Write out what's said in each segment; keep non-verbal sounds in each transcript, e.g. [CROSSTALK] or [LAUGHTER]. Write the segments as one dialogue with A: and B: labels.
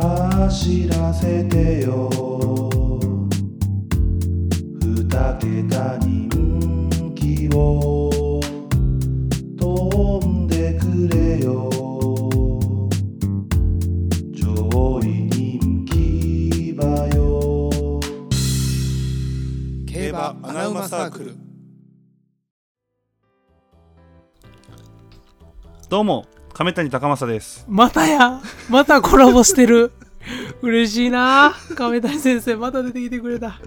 A: 走らせてよ二桁人気を飛んでくれよ上位人気馬よ
B: 競馬アナウマサークル
C: どうも亀谷高政です
D: またやまたコラボしてる嬉しいな亀谷先生また出てきてくれた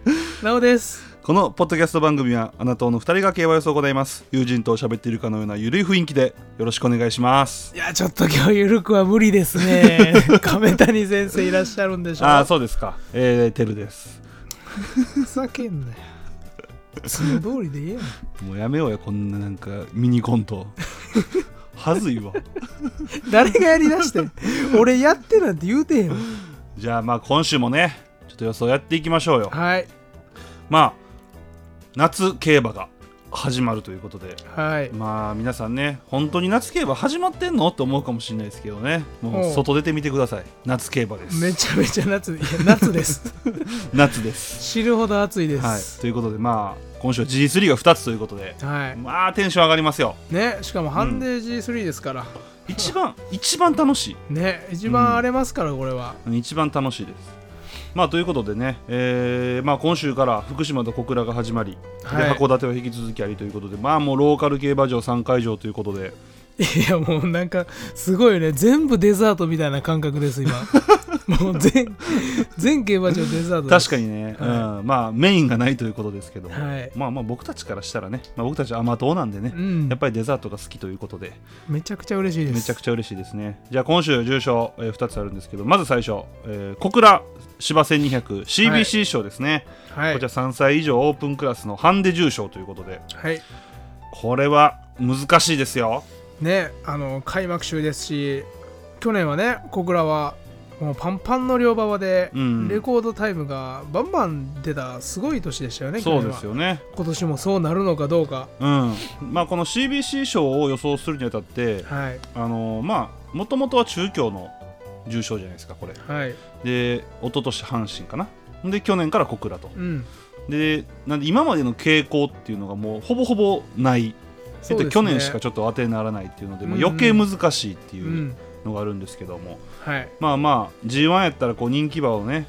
D: なおです
C: このポッドキャスト番組はあなたの2人が競馬予想を行います友人と喋っているかのようなゆるい雰囲気でよろしくお願いします
D: いやちょっと今日ゆるくは無理です [LAUGHS] ね亀谷先生いらっしゃるんでしょ
C: ああそうですかえー、てるです
D: ふざけんなよその通りでいいやん
C: もうやめようやこんななんかミニコント [LAUGHS] はずいわ
D: 誰がやりだしてん [LAUGHS] 俺やってなんて言うてへんわ
C: じゃあまあ今週もねちょっと予想やっていきましょうよ
D: はい
C: まあ夏競馬が始まるということで
D: はい
C: まあ皆さんね本当に夏競馬始まってんのと思うかもしれないですけどねも
D: お
C: う
D: う
C: 外出てみてください夏競馬です
D: めちゃめちゃ夏いや夏です
C: 夏です
D: 知るほど暑いで
C: はい
D: す、
C: ということでまあ今週は G3 が2つということで
D: はい、
C: まあテンション上がりますよ
D: ねしかもハンデ G3 ですから、
C: 一番一番楽し
D: ね一番荒れますからこれは、
C: い一番楽しいですまあということでね、えーまあ、今週から福島と小倉が始まり、
D: はい
C: で函館は引き続きありということでまあもうローカル競馬場3会場ということで
D: いやもうなんかすごいよね全部デザートみたいな感覚です
C: [LAUGHS]
D: 今もう全全競馬場デザートです
C: 確かにね、
D: は
C: うん、まあメインがないということですけども、
D: はい
C: まあまあ僕たちからしたらね、まあ、僕たち甘党なんでね、
D: うん
C: やっぱりデザートが好きということで
D: めちゃくちゃ嬉しいです
C: めちゃくちゃ嬉しいですねじゃあ今週重賞、え2つあるんですけどまず最初、えー小倉芝 1200CBC 賞ですね、
D: はい
C: こちら3歳以上オープンクラスのハンデ重賞ということで
D: はい
C: これは難しいですよ
D: ねあの開幕週ですし去年はね小倉はもうパンパンの両馬場で、
C: うん
D: レコードタイムがバンバン出たすごい年でしたよね去
C: そう
D: 年
C: で
D: は
C: すよね
D: 今年もそうなるのかどうか
C: うんまあこの CBC 賞を予想するにあたって
D: はい
C: あのーまあもともとは中京の重賞じゃないですかこれ
D: はい
C: で一昨年阪神かなで去年から小倉と
D: うん
C: でなんで今までの傾向っていうのがもうほぼほぼない
D: そうです
C: え
D: ね
C: っと、去年しかちょっと当てにならないっていうので、もう
D: うんうん
C: 余計難しいって
D: う
C: いうんのがあるんですけども、
D: はい
C: まあまあ g 1やったらこう人気馬をね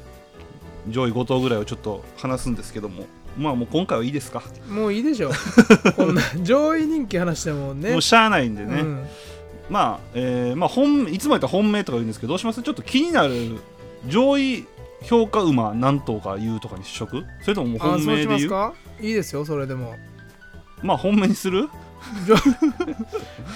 C: 上位5頭ぐらいをちょっと話すんですけどもまあもう今回はいいですか、
D: もういいで
C: [LAUGHS]
D: しょこんな上位人気話してもね
C: もうしゃあないんでね、
D: うん
C: まあ,、えーまあ本いつもやったら本命とか言うんですけどどうしますちょっと気になる上位評価馬何頭か言うとかにしとくそれとももう
D: あ
C: 本
D: そう
C: 命
D: し
C: で
D: ま
C: 言
D: す
C: う
D: かいいですよそれでも
C: まあ本命にする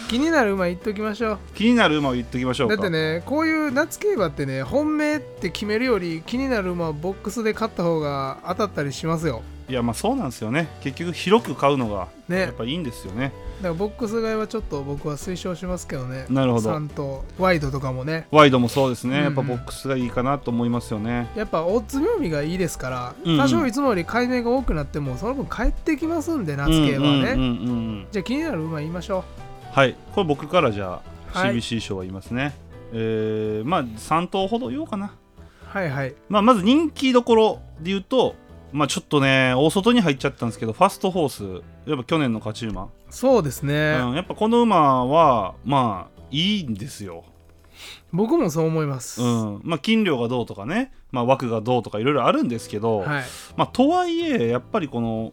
D: 気になる馬言っときましょ
C: 気になる馬を言っておきましょ
D: う
C: う
D: だ
C: か
D: ってねこういう夏競馬ってね本命って決めるより気になる馬はボックスで勝った方が当たったりしますよ
C: いやまあそうなんですよね結局広く買うのが
D: ね
C: や
D: だ
C: っ
D: か
C: ぱいいんですよね
D: らボックス買いはちょっと僕は推奨しますけどね
C: なるほど
D: 3とワイドとかもね
C: ワイドもそうですね、
D: うんうん
C: やっぱボックスがいいかなと思いますよね。
D: やっぱオッズ妙味がいいですから、
C: うんうん
D: 多少いつもより買い目が多くなってもその分帰ってきますんで夏競馬はね、
C: うんうんうんうん
D: じゃあ気になる馬言いましょ
C: はい、これ僕からじゃあ、
D: はい
C: CBC 賞は言いますね。えーまあ3頭ほど言おうかな。
D: うはいはい
C: まあ、まず人気どころで言うと、まあ、ちょっとね、大外に入っちゃったんですけど、ファストホース、やっぱ去年の勝ち馬、
D: そうですね、
C: うん、やっぱこの馬は、まあいいんですよ。
D: 僕もそう思います、
C: うんまあ、金量がどうとかね、まあ、枠がどうとかいろいろあるんですけど、
D: はい
C: まあ、とはいえやっぱりこの、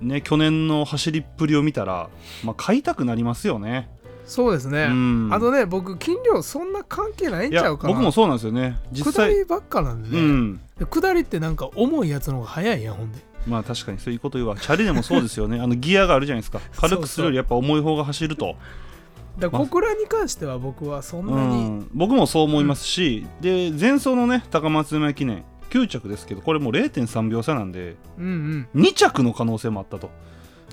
C: ね、去年の走りっぷりを見たら、まあ、買いたくなりますよね。
D: そうですね、
C: うん
D: あとね僕金量そんな関係ないん
C: い
D: ちゃ
C: や
D: うかな
C: 僕もそうなんですよね実
D: 下
C: 際、
D: りばっかなんで
C: う
D: ね、
C: ん
D: 下りってなんか重いやつの方が早いやんほんで
C: まあ確かにそういうこと言うわチャリでもそうですよねあのギアがあるじゃ
D: [LAUGHS]
C: ないですか軽くするよりやっぱ重い方が走ると
D: だから
C: ま
D: 小倉に関しては僕はそんな
C: う
D: に、
C: ん僕もそう思いますし、で前走のね高松山記念9着ですけどこれもう0.3秒差なんで
D: うん、うん
C: 2着の可能性もあったと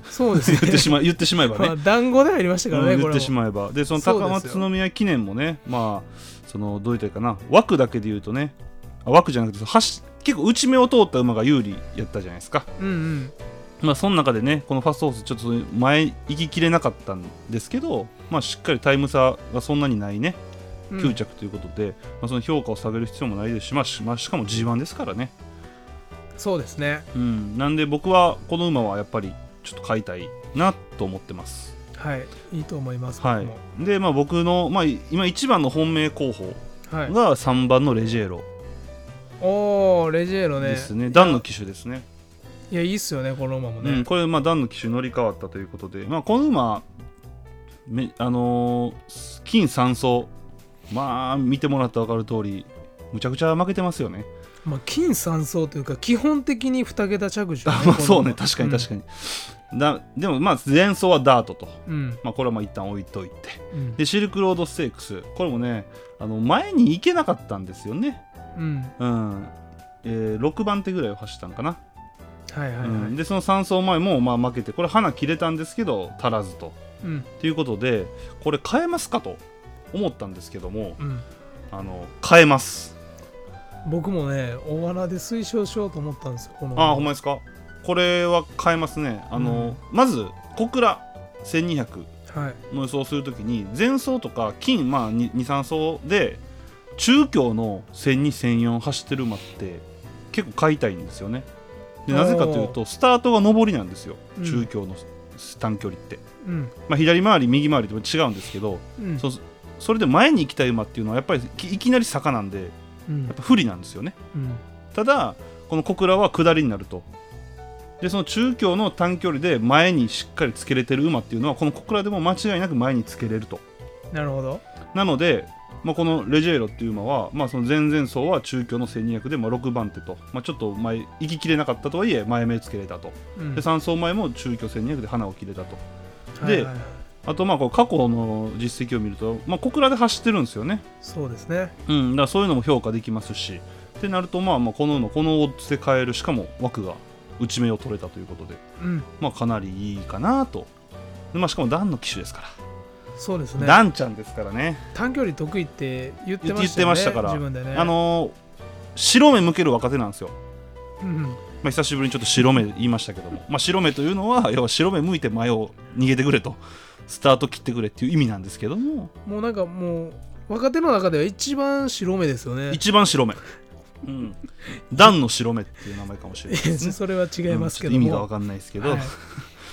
D: そうです
C: [LAUGHS] 言
D: ね
C: ってしま言ってしまえばね
D: [LAUGHS] まあ団子で入りましたからね、
C: うん
D: こ
C: 言っ
D: れ
C: て
D: も
C: しまえばでその
D: そう
C: 高
D: ですよ
C: 松宮記念もねまあそのどう言ったらいいかな枠だけで言うとねあ枠じゃなくて走結構内目を通った馬が有利やったじゃないですか
D: うんうん
C: まあその中でねこのファストホースちょっと前行ききれなかったんですけどまあしっかりタイム差がそんなにないね
D: うん
C: 9着ということで、まあ、その評価を下げる必要もないですし、まあしまあ、しかも G1 ですからね、
D: そうですね
C: うん、なんで僕はこの馬はやっぱりちょっと買いたいなと思ってます
D: はいいいと思います
C: は
D: 僕も
C: いで、まあ、僕の、まあ、い今1番の本命候補
D: はい、
C: が3番のレジェーロ
D: おおレジェーロね
C: ですねダンの騎手ですね
D: いやいいっすよねこの馬もね、
C: うん、これ、まあ、ダンの騎手に乗り換わったということで、まあ、この馬、めあのー金3走、まあ、見てもらったら分かる通り、むちゃくちゃ負けてますよね。
D: まあ、金3層というか基本的に2桁着手、
C: [LAUGHS] あまあ、そうね、確かに確
D: か
C: かに。だでも、まあ、前走はダートと、
D: にうん、
C: まあ、これはまあ一旦置いといて、
D: うん
C: でシルクロードステークス、これもね、あの前に行けなかったんですよね。
D: うん、
C: うんえ6番手ぐらいを走ったんかな、
D: はいはいはい、う
C: うん
D: ん
C: でその3走前もまあ負けてこれ花切れたんですけど足らずと
D: うん
C: ということでこれ変えますかと思ったんですけどもあの変えます
D: 僕もねおわらで推奨しようと思ったんですよこの
C: ああほんまですかこれは変えますねあの、まず小倉1200
D: はい
C: の予想をするときに前走とか金、まあ、23走で中京の12004走ってる馬って結構買いたいんですよねでなぜかというとスタートが上りなんですよ
D: うん
C: 中京の短距離って、
D: うん
C: まあ、左回り右回りとも違うんですけど
D: うん
C: そそれで前に行きたい馬っていうのはやっぱりきいきなり坂なんで
D: うん
C: やっぱ不利なんですよね
D: うん
C: ただこの小倉は下りになるとでその中京の短距離で前にしっかりつけれてる馬っていうのはこの小倉でも間違いなく前につけれると
D: なるほど
C: なので、まあ、このレジェーロっていう馬は、まあ、その前々走は中京の1200でまあ6番手と、まあ、ちょっと前行ききれなかったとはいえ前目つけれたと
D: うん
C: で3走前も中京1200で花を切れたと
D: はいはいはい
C: あとまあこう過去の実績を見ると、まあ、小倉で走ってるんですよね
D: そうですね
C: うん、だからそういうのも評価できますしってなるとまあまあこの馬このオッズで買えるしかも枠が打ち目を取れたということで、
D: うん
C: まあ、かなりいいかなと、でまあ、しかもダンの機種ですか
D: そうです
C: ら、
D: ね
C: ダンちゃんですからね
D: 短距離得意って言ってま
C: 言っ
D: した
C: て
D: よね
C: ましたから、
D: 自分でね
C: あ、のー白目向ける若手なんですよ、
D: うんうん、
C: まあ、久しぶりにちょっと白目言いましたけども、まあ、白目というのは要は白目向いて前を逃げてくれとスタート切ってくれっていう意味なんですけども
D: もうなんかもう若手の中では一番白目ですよね
C: [LAUGHS] 一番白目、うん、ダンの白目っていう名前かもしれない
D: い
C: で
D: や
C: すね
D: [LAUGHS] それは違いますけど
C: うん
D: も、
C: ちょっと意味がわかんないですけど、
D: はい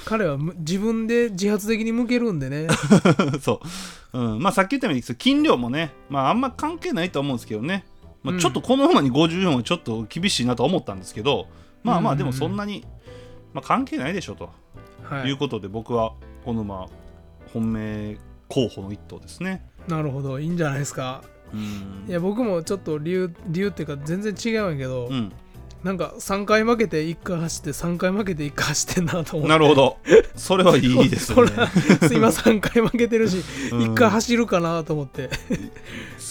D: 彼はむ自分で自発的に向けるんで
C: [LAUGHS]
D: ね
C: [LAUGHS] そう、うん、まあさっき言ったように金量もね、まあ、あんま関係ないとは思うんですけどね、ま
D: う
C: あ、
D: ん
C: ちょっとこの馬に54はちょっと厳しいなとは思ったんですけど、まあま
D: う
C: あ
D: ん
C: でもそんなに、まあ、関係ないでしょと
D: はいいう
C: ことで僕はこの馬本命候補の一頭ですね。
D: なるほどいいんじゃないですか
C: うん
D: いや僕もちょっと理由理由っていうか全然違うんやけど、
C: うん、
D: なんか3回負けて1回走って3回負けて1回走ってんなと思って
C: なるほどそれはいいで
D: [LAUGHS]
C: す
D: そ
C: ね
D: れ。は今3回負けてるし、
C: うん
D: 1回走るかなと思って、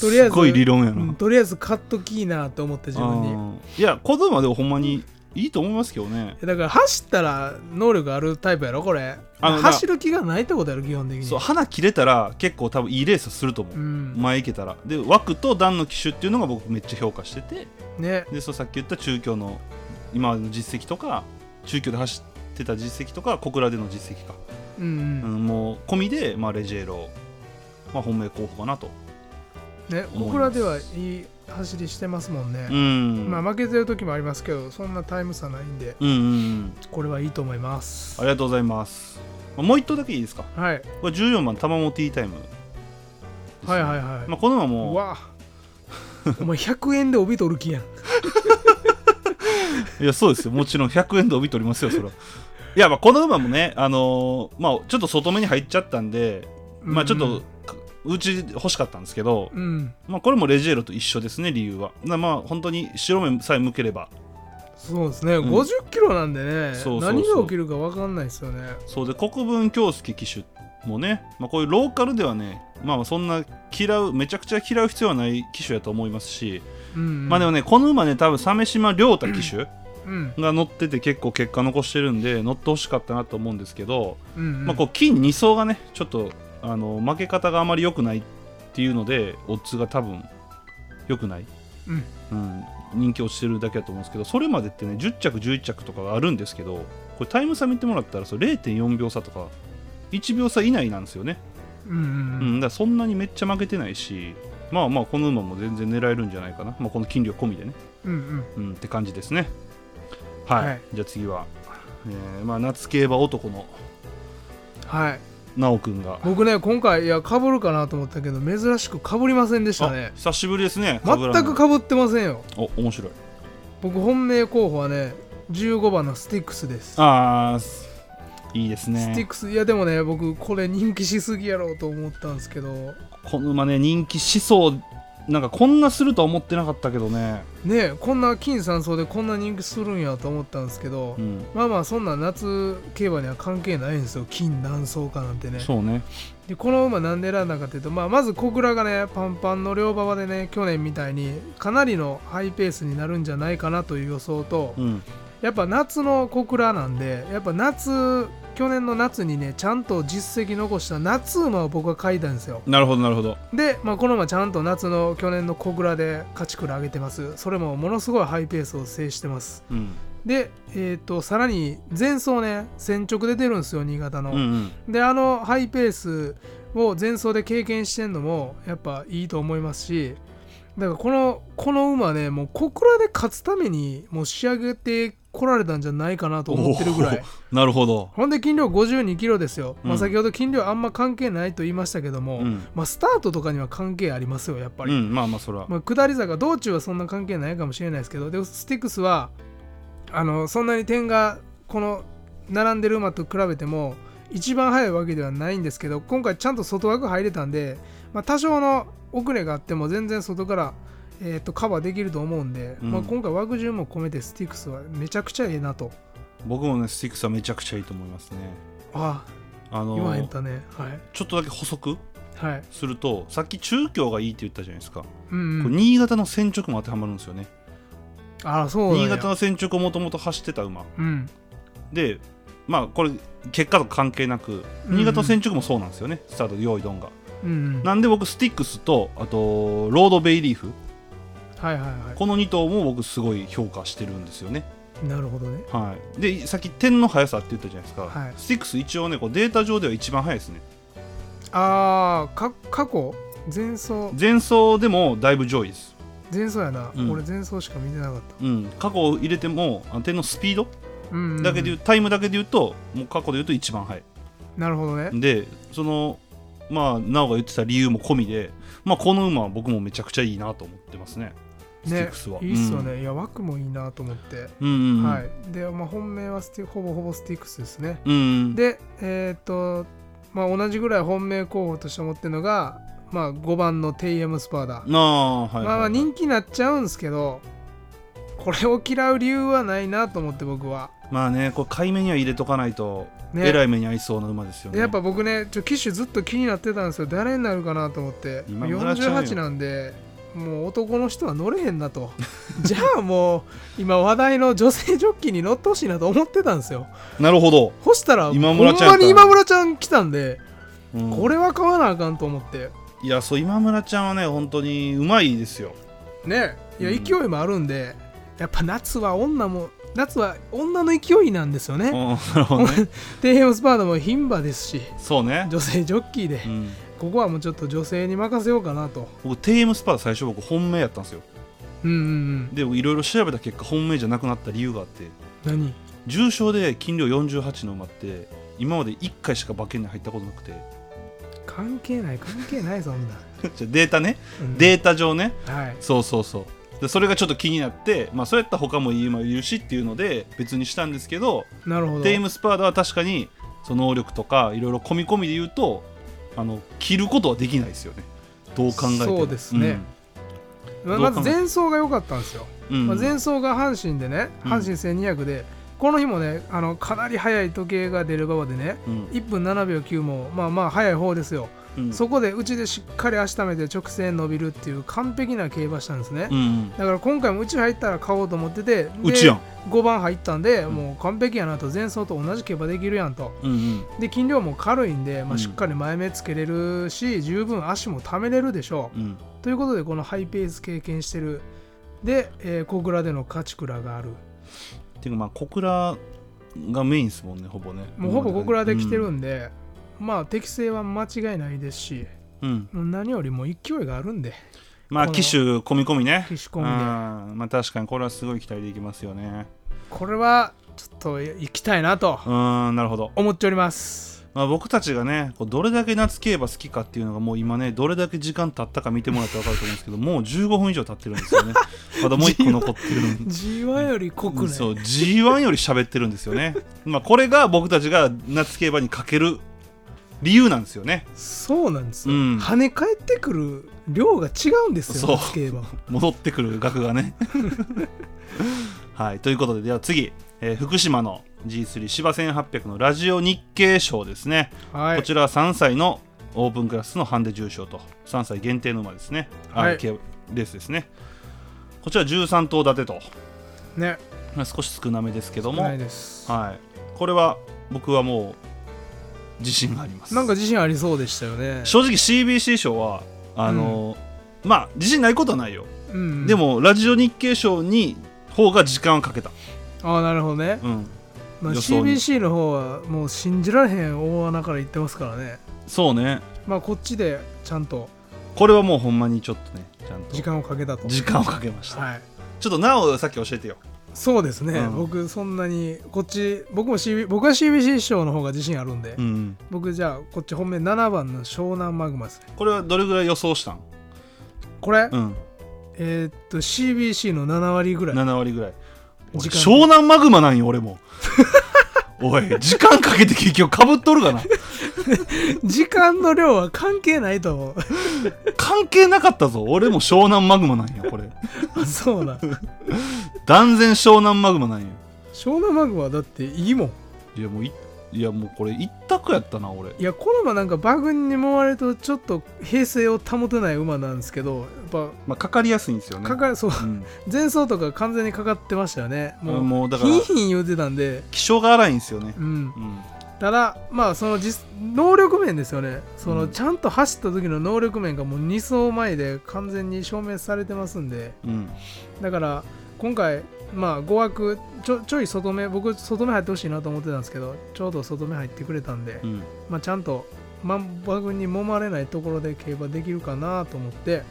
D: とりあえず
C: すごい理論やな。
D: うんとりあえず買っときいなと思って自分に
C: あーいやこの馬でもほんまにいいと思いますけどね。
D: だから走ったら能力あるタイプやろこれ
C: あのな
D: 走る気がないってことやろ基本的に
C: そう花切れたら結構多分いいレースすると思う。
D: うん
C: 前行けたらで枠と段の機種っていうのが僕めっちゃ評価してて
D: ね
C: でそうさっき言った中京の今までの実績とか中京で走ってた実績とか小倉での実績か、
D: うん、
C: う
D: うん
C: ん、もう込みで、まあ、レジェーロ、まあ、本命候補かなと
D: ね
C: 思います
D: 僕らではいい走りしてますもんね
C: う、ん、
D: まあ負けてる時もありますけどそんなタイム差ないんで
C: うんうんうん
D: これはいいと思います
C: ありがとうございますまあもう一頭だけいいですか
D: はい
C: これ14番玉本ティータイム、
D: はいはいはい、
C: まあ、この馬
D: う
C: も
D: わお前100円で帯取る気やん
C: いやそうですよもちろん100円で帯取りますよそれはいやまあこの馬もねあのーまあちょっと外目に入っちゃったんで [LAUGHS] まあちょっとかうち欲しかったんですけど、
D: うん
C: まあ、これもレジェーロと一緒ですね理由はなまあ本当に白目さえ向ければ
D: そうですね、
C: ん
D: 50キロなんでね
C: そうそうそう
D: 何が起きるか分かんないですよね
C: そうで国分恭介騎手もね、まあ、こういうローカルではね、まあ、そんな嫌うめちゃくちゃ嫌う必要はない騎手やと思いますし、
D: うん、うん、
C: まあでもねこの馬ね多分鮫島亮太騎手
D: うん
C: が乗ってて結構結果残してるんで乗ってほしかったなと思うんですけど、
D: うんうん
C: まあ、こう金2走がねちょっとあの負け方があまり良くないっていうのでオッズが多分良くない
D: うん
C: うん、人気落ちてるだけだと思うんですけどそれまでってね10着11着とかがあるんですけどこれタイム差見てもらったらそう0.4秒差とか1秒差以内なんですよね、
D: うんうん
C: うん、だからそんなにめっちゃ負けてないし、まあまあこの馬も全然狙えるんじゃないかな、まあ、この筋量込みでね、
D: うんうん
C: うん、って感じですねはい、
D: はい
C: じゃあ次は、えーまあ、夏競馬男の
D: はい
C: 奈くんが、
D: 僕ね今回いやかぶるかなと思ったけど珍しくかぶりませんでした
C: あ
D: ね
C: 久しぶりですね
D: 全
C: 被らない
D: くかぶってませんよ
C: お面白い
D: 僕本命候補はね15番のスティックスです
C: ああすいいで
D: ス
C: す
D: ティッ
C: ね
D: クスいやでもね僕これ人気しすぎやろうと思ったんですけど
C: この馬ね人気しそうなんかこんなするとは思ってなかったけどね
D: ねこんな金3層でこんな人気するんやと思ったんですけど、
C: うん
D: まあまあそんな夏競馬には関係ないんですよ金何層かなんてね
C: そうね
D: でこの馬なんで選んだかというと、まあ、まず小倉がねパンパンの両馬場でね去年みたいにかなりのハイペースになるんじゃないかなという予想と、
C: うん
D: やっぱ夏の小倉なんでやっぱ夏去年の夏にねちゃんと実績残した夏馬を僕は書いたんですよ
C: なるほどなるほど
D: で、まあ、この馬ちゃんと夏の去年の小倉で勝ちくら上げてますそれもものすごいハイペースを制してます
C: うん
D: でえっ、とさらに前走ね先直で出るんですよ新潟の、
C: うんうん
D: であのハイペースを前走で経験してんのもやっぱいいと思いますしだからこのこの馬ねもう小倉で勝つためにもう仕上げてこられたんじゃないかなと思ってるぐらい
C: なるほど
D: ほんで斤量5 2キロですよ、ま
C: う
D: あ、
C: ん
D: 先ほど斤量あんま関係ないと言いましたけども、
C: うん
D: まあ、スタートとかには関係ありますよやっぱ
C: う
D: り、
C: んまあまあそれは
D: まあ、下り坂道中はそんな関係ないかもしれないですけどでスティックスはあのそんなに点がこの並んでる馬と比べても一番速いわけではないんですけど今回ちゃんと外枠入れたんで、まあ、多少の遅れがあっても全然外から、えーとカバーできると思うんで、
C: うん
D: まあ、今回枠順も込めてスティックスはめちゃくちゃええなと
C: 僕もねスティックスはめちゃくちゃいいと思いますね
D: あ
C: あ
D: あ言わへん
C: の
D: たねはい
C: ちょっとだけ補足
D: はい
C: するとさっき中京がいいって言ったじゃないですか、
D: うん
C: こ
D: う
C: れ
D: ん、
C: 新潟の選直も当てはまるんですよね
D: ああそうなん
C: 新
D: や
C: 潟の選直をもともと走ってた馬
D: うん
C: でまあこれ結果と関係なく
D: うん
C: 新潟の選直もそうなんですよね、スタート用意どんが
D: うんうんはい
C: なんで僕スティックスとあとロードベイリーフ
D: はいは
C: この2頭も僕すごい評価してるんですよね
D: いなるほどね
C: はいでさっき点の速さって言ったじゃないですか、
D: はい
C: スティックス一応ねこうデータ上では一番速いですね
D: ああ過去前走
C: 前走でもだいぶ上位です
D: 前走やな、
C: うん
D: 俺前走しか見てなかっ
C: うん、過去を入れてもあの点のスピード
D: た、うんうんうん
C: だけで言う、タイムだけで言うともう過去で言うと一番速い
D: なるほどね
C: でそのまあ奈緒が言ってた理由も込みで、まあ、この馬は僕もめちゃくちゃいいなと思ってますねスティッ
D: ね
C: クスはい
D: いっすよね、いや枠もいいなと思って、
C: うんうんうん、
D: はいで、まあ、本命はスティほぼほぼスティックスですね、
C: うんうん
D: でえっ、とまあ同じぐらい本命候補として持ってるのがまあ5番のテイエムスパーダ、
C: なあはいはい、
D: まあまあ人気になっちゃうんですけどこれを嫌う理由はないなと思って僕は
C: まあねこれ買い目には入れとかないと、
D: ね
C: えらい目に遭いそうな馬ですよ
D: で
C: ね
D: やっぱ僕ねちょ機種ずっと気になってたんですよ誰になるかなと思って
C: 今村ちゃんよ
D: 48なんでもう男の人は乗れへんなと [LAUGHS] じゃあもう今話題の女性ジョッキーに乗ってほしいなと思ってたんですよ
C: なるほど、
D: そしたら
C: 今村ちゃん
D: ほんまに今村ちゃん来たんで、
C: うん
D: これは買わなあかんと思って
C: いやそう今村ちゃんはね本当にうまいですよ
D: ねいや
C: うん
D: 勢いもあるんで、やっぱ夏は女も夏は女の勢いなんですよ
C: うん [LAUGHS]
D: ね
C: なるほど
D: [LAUGHS]
C: ね
D: テーヘムスパードも牝馬ですし
C: そうね、
D: 女性ジョッキーで、
C: うん、
D: ここはもうちょっと女性に任せようかなと
C: 僕 TM スパー最初僕本命やったんですよ
D: うんうんうん
C: でいろいろ調べた結果本命じゃなくなった理由があって
D: 何
C: 重賞で金量48の馬って今まで1回しか馬券に入ったことなくて [LAUGHS]
D: 関係ない関係ないそんな、
C: じゃあデータね
D: うん
C: データ上ね
D: はい
C: そうそうそうでそれがちょっと気になって、まあ、そうやったら他もいい馬いるしっていうので別にしたんですけど
D: なるほど
C: テイムスパーダは確かにその能力とかいろいろ込み込みで言うとあの切ることはできないですよねどう考えても
D: そうですねままず前走が良かったんですよ、
C: うんうん
D: まあ、前走が阪神でね
C: うん
D: 阪神1200で、この日もねあのかなり速い時計が出る馬場でね
C: うん
D: 1分7秒9もまあまあ速い方ですよ、
C: うん
D: そこでうちでしっかり足ためて直線伸びるっていう完璧な競馬したんですね、
C: うんうん
D: だから今回もうち入ったら買おうと思っててで
C: うちやん
D: 5番入ったんで、もう完璧やなと前走と同じ競馬できるやんと、
C: うんうん
D: で筋量も軽いんで、ま
C: う
D: あ、
C: ん
D: しっかり前目つけれるし、十分足もためれるでしょう、
C: うん
D: ということでこのハイペース経験してるで、えー小倉での勝ち倉がある
C: ていうかまあ小倉がメインですもんねほぼね
D: もうほぼ小倉で来てるんで、まあ適性は間違いないですし
C: うん、
D: もう何よりも勢いがあるんで
C: まあ
D: この
C: 機種込み込みね
D: 騎手
C: う
D: 込
C: ん
D: みで
C: まあ確かにこれはすごい期待できますよね
D: これはちょっと行きたいなと
C: うんなるほど、
D: 思っております
C: まあ、僕たちがねこうどれだけ夏競馬好きかっていうのがもう今ねどれだけ時間経ったか見てもらって分かると思うんですけどもう15分以上経ってるんです
D: [LAUGHS]
C: よねまだもう一個残ってるのに
D: G1 より濃くね
C: そう G1 より喋ってるんですよねまあこれが僕たちが夏競馬にかける理由なんですよね
D: そうなんですよ、
C: うん
D: 跳ね返ってくる量が違うんですよ
C: そう
D: 夏競馬は
C: 戻ってくる額
D: [LAUGHS]
C: がねはいということででは次、えー福島の G3 芝1800のラジオ日経賞ですね、
D: はい
C: こちらは3歳のオープンクラスのハンデ重賞と3歳限定の馬ですね、
D: は
C: はいい、レースですねこちら13頭立てと、
D: ね
C: まあ、少し少なめですけども
D: ないです
C: はい、これは僕はもう自信があります
D: なんか自信ありそうでしたよね、
C: 正直 CBC 賞はあの、まあ自信ないことはないよ、
D: うん、
C: でもラジオ日経賞に方が時間をかけた、
D: ああなるほどね、
C: うん、
D: まあ、
C: 予想に
D: CBC の方はもう信じられへん大穴から言ってますからね
C: そうね
D: まあこっちでちゃんと
C: これはもうほんまにちょっとねちゃんと
D: 時間をかけたと
C: 時間をかけました、
D: はい
C: [LAUGHS] ちょっとなおさっき教えてよ
D: そうですね、
C: うん
D: 僕そんなにこっち僕も、CB、僕は CBC 賞の方が自信あるんで、
C: うん
D: 僕じゃあこっち本命7番の湘南マグマですね
C: これはどれぐらい予想したん、
D: これ、
C: うん、
D: えーっと CBC の7割ぐらい
C: 7割ぐらい俺
D: 時間
C: 湘南マグマなんよ俺 [LAUGHS] もおい時間かけて結局かぶっとるかな
D: 時間の量は関係ないと思う
C: 関係なかったぞ俺も湘南マグマなんやこれ
D: あそう [LAUGHS] だ
C: 断然湘南マグマなんや
D: 湘南マグマはだっていいもん
C: いやもういいやもうこれ一択やったな俺
D: いやこの馬なんか馬群にもわれるとちょっと平静を保てない馬なんですけどやっぱ
C: まあかかりやすいんですよね
D: かかそう
C: うん、
D: 前走とか完全にかかってましたよねも
C: も
D: う
C: うもうだから
D: ヒンヒン言うてたんで
C: 気性が荒いんですよね
D: う、ん
C: うん、
D: ただまあその実能力面ですよねその、
C: うん
D: ちゃんと走った時の能力面がもう2走前で完全に証明されてますんで
C: うん、
D: だから今回まあ5枠ちょちょい外目僕外目入ってほしいなと思ってたんですけどちょうど外目入ってくれたんで、
C: うん、
D: まあ、ちゃんとまん馬群に揉まれないところで競馬できるかなと思って、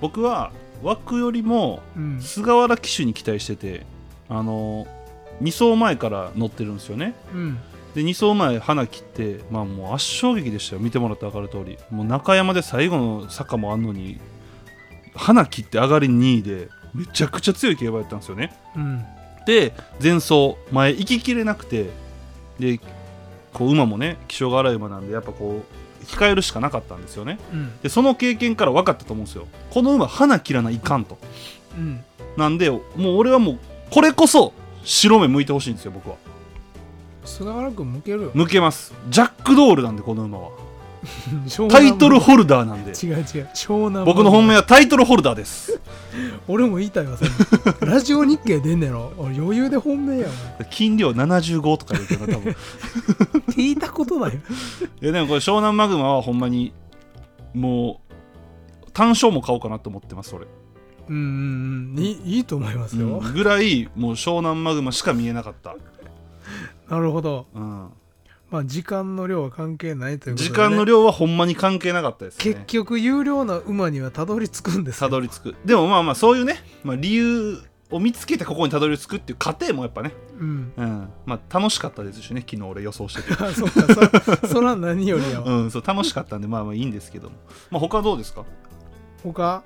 C: 僕は枠よりも
D: うん、
C: 菅原騎手に期待しててあの2走前から乗ってるんですよね
D: うん、
C: で2走前花切ってまあもう圧勝劇でしたよ見てもらって分かる通りもう中山で最後の坂もあんのに花切って上がり2位でめちゃくちゃ強い競馬やったんですよね
D: うん、
C: で前走前行ききれなくてでこう馬もね気性が荒い馬なんでやっぱこう控えるしかなかったんですよね
D: うん、
C: でその経験から分かったと思うんですよこの馬花切らないかんと
D: うん、
C: なんでもう俺はもうこれこそ白目向いてほしいんですよ僕は
D: 菅原君向けるよ。
C: 向けますジャックドールなんでこの馬は
D: 湘
C: タ
D: 南
C: イトルホルダーなんで
D: 違う違う、湘南。
C: 僕の本命。はタイトルホルダーです
D: 俺も言いたいわ、それ
C: [LAUGHS]
D: ラジオ日経出んねやろ。俺余裕で本命やもん。っ
C: 金量75とか言うから多分 [LAUGHS] い
D: て言いたことないよ。
C: やでもこれ湘南マグマはほんまにもう単勝も買おうかなと思ってます俺、
D: うんうんうん、いいいいと思いますよ。
C: うんぐらいもう湘南マグマしか見えなかった、
D: なるほど。
C: うん
D: まあ、時間の量は関係ないということで、
C: 時
D: ね。
C: 間の量はほんまに関係なかったですね
D: 結局、有料な馬にはたどり着くんです
C: た
D: よ。
C: どり着くでもまあまあそういうね、まあ、理由を見つけてここにたどり着くっていう過程もやっぱね、
D: うん。
C: うんまあ、楽しかったですしね昨日俺予
D: [LAUGHS]
C: 想してて、
D: あ、そっか、そら [LAUGHS] そら何よりやわ。
C: うん、そう楽しかったんでまあまあいいんですけども、まあ、他どうですか
D: 他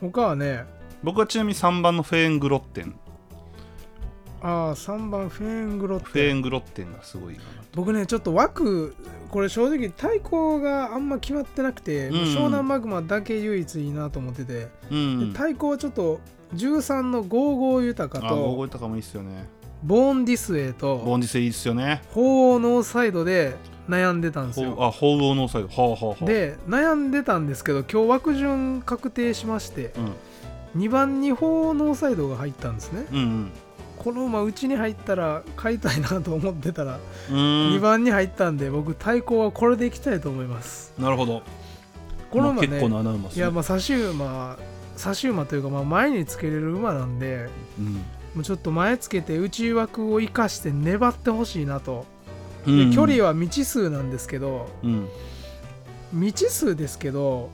D: 他はね
C: 僕はちなみに3番のフェーングロッテン
D: ああ3番フェーングロッ
C: フェーングロッテンがすごいかな
D: 僕ねちょっと枠これ正直対抗があんま決まってなくて、
C: うん
D: 湘南マグマだけ唯一いいなと思ってて、
C: う
D: で
C: ん
D: 対抗はちょっと13の55豊
C: あゴーゴ
D: と
C: イタカもいいっすよね
D: ボーンディスウェイ
C: ボ
D: と
C: ンディセいいっすよね
D: 鳳凰ノーサイドで悩んでたんです
C: ほう
D: よ
C: あホウオノーサイドはあはあはあ
D: で悩んでたんですけど今日枠順確定しまして
C: うん
D: 2番に鳳凰ノーサイドが入ったんですね
C: うん
D: この馬うちに入ったら買いたいなと思ってたら
C: うんうー
D: 2
C: ん
D: 番に入ったんで僕対抗はこれでいきたいと思います
C: なるほど
D: この
C: ま
D: 馬
C: あ
D: ね、
C: 結構な穴馬っす
D: い
C: ね
D: やまあ差し馬差し馬というかまあ前につけれる馬なんで
C: うん
D: もうちょっと前つけて内枠を生かして粘ってほしいなと、
C: うん
D: で距離は未知数なんですけど
C: うん
D: 未知数ですけど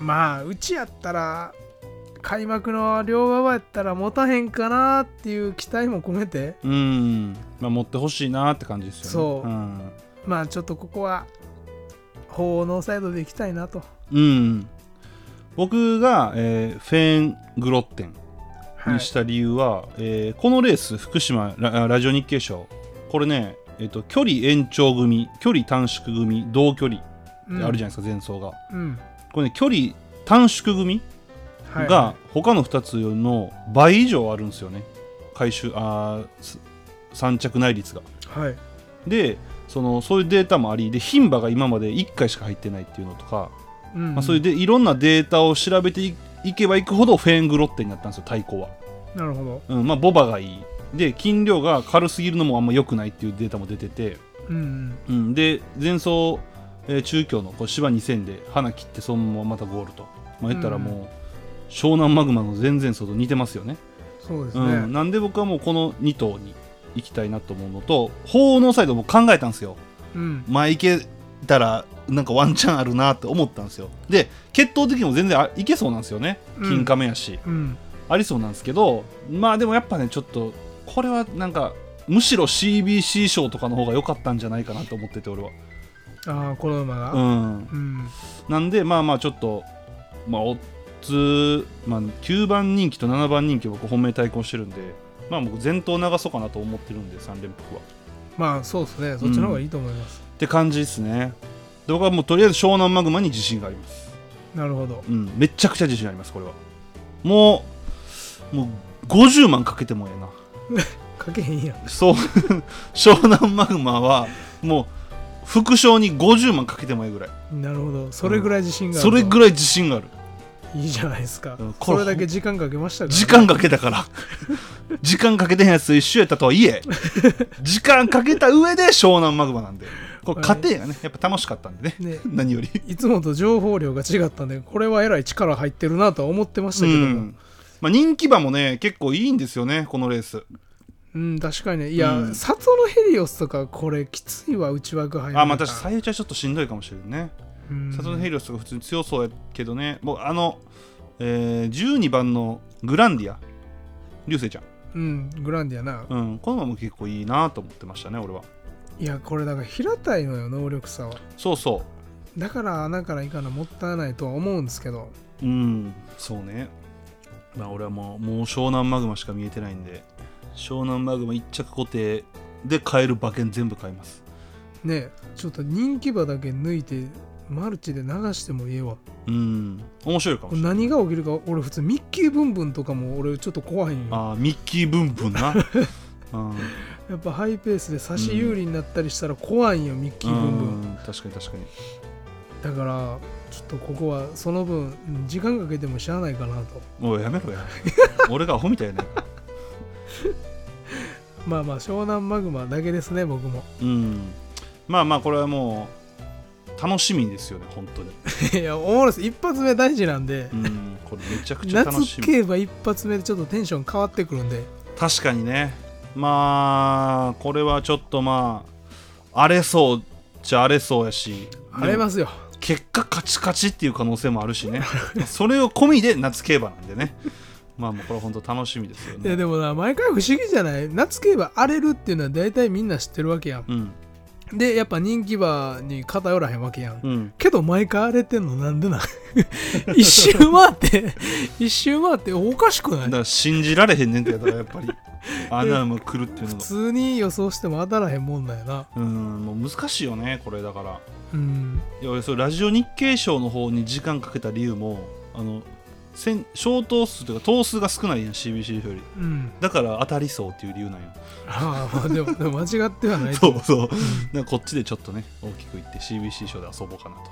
D: まあうちやったら開幕の両馬場やったら持たへんかなっていう期待も込めて
C: うん、まあ、持ってほしいなって感じですよね
D: そう
C: うん、
D: まあちょっとここは法ノーサイドでいきたいなと、
C: うん、僕が、えーフェーングロッテン
D: はい
C: にした理由は、えーこのレース福島ララジオ日経賞これね、えっと距離延長組距離短縮組同距離ってあるじ
D: ゃ
C: ゃないですか、前走が
D: ん、うん
C: これね距離短縮組
D: はい、
C: が他の2つの倍以上あるんですよね回収あーす3着内率が
D: はい
C: でそのそういうデータもありで牝馬が今まで1回しか入ってないっていうのとか、
D: うん
C: まあ、そういうでいろんなデータを調べていいけばいくほどフェーングロッテになったんですよ対抗は、
D: なるほど、
C: うんまあ、ボバがいいで斤量が軽すぎるのもあんま良くないっていうデータも出てて、
D: うん
C: うん、で前走、えー中京のこう芝2000で花切ってそのまままたゴールと、まあ、言ったらもう、湘南マグマの前々走と似てますよね
D: うん、そうですね、
C: うん、なんで僕はもうこの2頭に行きたいなと思うのと法のサイドも考えたんですよ
D: うん
C: 前行けたらなんかワンチャンあるなって思ったんですよで決闘的にも全然あいけそうなんですよね
D: うん
C: 金亀やし、
D: うん
C: ありそうなんですけどまあでもやっぱねちょっとこれはなんかむしろ CBC 賞とかの方が良かったんじゃないかなと思ってて俺は
D: ああこの馬
C: う
D: が
C: ん
D: うん、
C: なんでまあまあちょっとまあオッズ、まあ、9番人気と7番人気僕本命対抗してるんでまあ僕前頭流そうかなと思ってるんで3連服は
D: まあそうですねそっちの方がいいと思います、
C: って感じですねで僕はもうとりあえず湘南マグマに自信があります
D: なるほど
C: うんめちゃくちゃ自信ありますこれはもうもう50万かけてもええな
D: かけへんやん
C: そう [LAUGHS] 湘南マグマはもう副賞に50万かけてもいいぐらい
D: なるほどそれぐらい自信がある
C: そ
D: と、
C: れぐらい自信がある
D: いいじゃないですか、
C: うんこ
D: こ
C: れ
D: れだけ時間かけましたから、ね、
C: 時間かけたから [LAUGHS] 時間かけてへんやつと一緒やった
D: [LAUGHS]
C: とはいえ時間かけた上で湘南マグマなんでこ
D: は
C: れ
D: い
C: 家庭がねやっぱ楽しかったんでね
D: ね
C: 何より
D: いつもと情報量が違ったんでこれはえらい力入ってるなとは思ってましたけども、うん
C: まあ、人気馬もね結構いいんですよねこのレース
D: 確かにねいや、
C: うん
D: サトノヘリオスとかこれきついわ内枠入る
C: あまあ確かに最内はちょっとしんどいかもしれんねサトノヘ
D: リ
C: リオスとか普通に強そうやけどねもうあの、えー12番のグランディア流星ちゃん
D: うんグランディアな、
C: うん、このまま結構いいなと思ってましたね俺はい
D: やこれだから平たいのよ能力差は
C: そうそ
D: だから穴からいかなもったいないとは思うんですけど
C: ううんそうねまあ俺はもうもう湘南マグマしか見えてないんで湘南マグマ一着固定で買える馬券全部買います
D: ねちょっと人気馬だけ抜いてマルチで流してもいいわ
C: うん面白いか
D: こ
C: も
D: れ
C: しれな
D: 何
C: い
D: が起きるか俺普通ミッキーブンブンとかも俺ちょっと怖いんよ
C: あーミッキーブンブン
D: [LAUGHS]
C: な、うん、
D: やっぱハイペースで差し有利になったりしたら怖いんよ、ミッキーブンブン
C: うん確かに確かに
D: だからちょっとここはその分うん時間かけてもしゃあないかなと
C: もうやめろや
D: [LAUGHS]
C: 俺がアホみたいやね
D: まあまあ湘南マグマだけですね僕も
C: うんまあまあこれはもう楽しみですよね本当に
D: いやおもろいです一発目大事なんで
C: うんこれめちゃくちゃ楽し
D: 夏
C: み
D: 競馬一発目でちょっとテンション変わってくるんで
C: 確かにねまあこれはちょっとまあ荒れそうっちゃ荒れそうやし
D: 荒れ
C: でも
D: ますよ
C: 結果カチカチっていう可能性もあるしね [LAUGHS] それを込みで夏競馬なんでねまあもうこれ本当楽しみですよ
D: いや
C: ね
D: でもな毎回不思議じゃない夏競馬荒れるっていうのは大体みんな知ってるわけやん
C: うん
D: でやっぱ人気馬に偏らへんわけやん
C: うん
D: けど毎回荒れてんのなんで [LAUGHS] なん一周回って一周回っておかしくな
C: だ
D: い
C: から信じられへんねんてやったらやっぱ
D: [LAUGHS]
C: り穴も来るっていうの
D: 普
C: が
D: 通に予想しても当たらへんもんだよな
C: うんもう難しいよねこれだから
D: うん
C: いや俺それラジオ日経賞の方に時間かけた理由もあの先小頭数というか頭数が少ないやん CBC より
D: うん
C: だから当たりそうっていう理由なんよ
D: ああまあでもでも間違ってはないと
C: そ
D: 思
C: うそうなんかこっちでちょっとね大きくいって CBC 賞で遊ぼうかなと、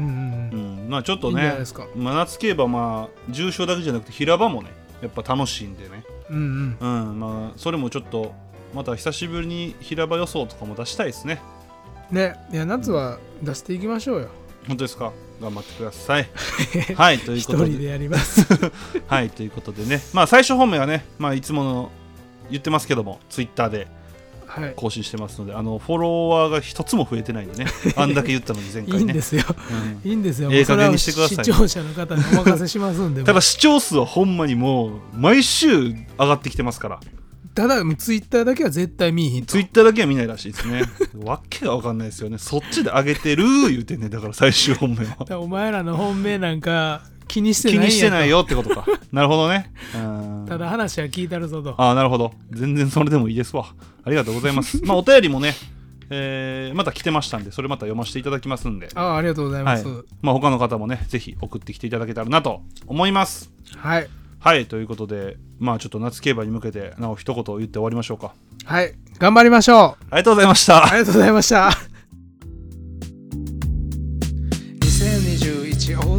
D: ううんうん
C: う
D: うん
C: ん、まあちょっ
D: い
C: と
D: いんじゃない
C: ね
D: ですか
C: 真夏競馬まあ重賞だけじゃなくて平場もねやっぱ楽しいんでね
D: うんうん
C: うんまあそれもちょっとまた久しぶりに平場予想とかも出したいですね
D: ねいや夏は出していきましょうよ
C: 本当ですか頑張ってくださ
D: [LAUGHS]
C: いはいという
D: 一
C: こと
D: 人
C: で
D: でやります
C: はいということでねまあ最初方面はねまあいつもの言ってますけどもツイッターで
D: はい
C: 更新してますのであのフォロワーが一つも増えてないんでねあんだけ言ったのに前
D: い
C: 回
D: いん
C: ね
D: です
C: [LAUGHS]
D: よ。
C: うん
D: いいんですよ。
C: ええ
D: もうそれは
C: 加減にしてください
D: 視聴者の方にお任せします
C: [LAUGHS]
D: んで。
C: た
D: も
C: だ視聴数はほんまにもう毎週上がってきてますから
D: うただ、ツイッターだけは絶対見えひんと
C: ツイッターだけは見ないらしいですねわっけがわかんないですよねそっちで上げてる言うてんねだから最終本命は
D: だからお前らの本命なんか [LAUGHS] 気にして
C: 気
D: ないんや
C: にして
D: と
C: ないよってことかなるほどねうん
D: ただ話は聞いたるぞと。
C: ああ、なるほど。全然それでもいいですわ。ありがとうござい
D: [LAUGHS]
C: ます。まあ、お便りもね、えーまた来てましたんで、それまた読ませていただきますんで、
D: ああ、ありがとうございま
C: はい
D: す。
C: まあ、他の方もね、ぜひ送ってきていただけたらなと思います。
D: はい。
C: はい、ということで、まあ、ちょっと夏競馬に向けて、なお一言言って終わりましょうか。
D: はい。頑張りましょう。
C: ありがとうございました。
D: ありがとうございました。2021大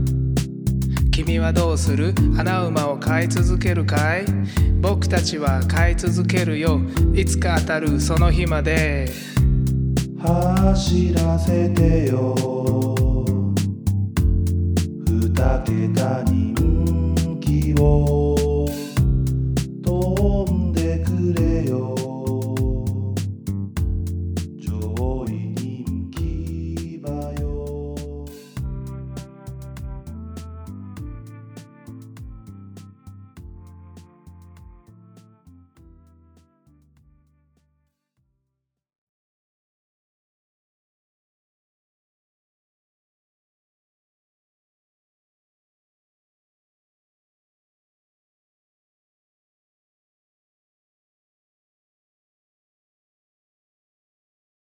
D: 君はどうする穴馬を飼い続けるかい僕たちは飼い続けるよいつか当たるその日まで
A: 走らせてよ二桁人気を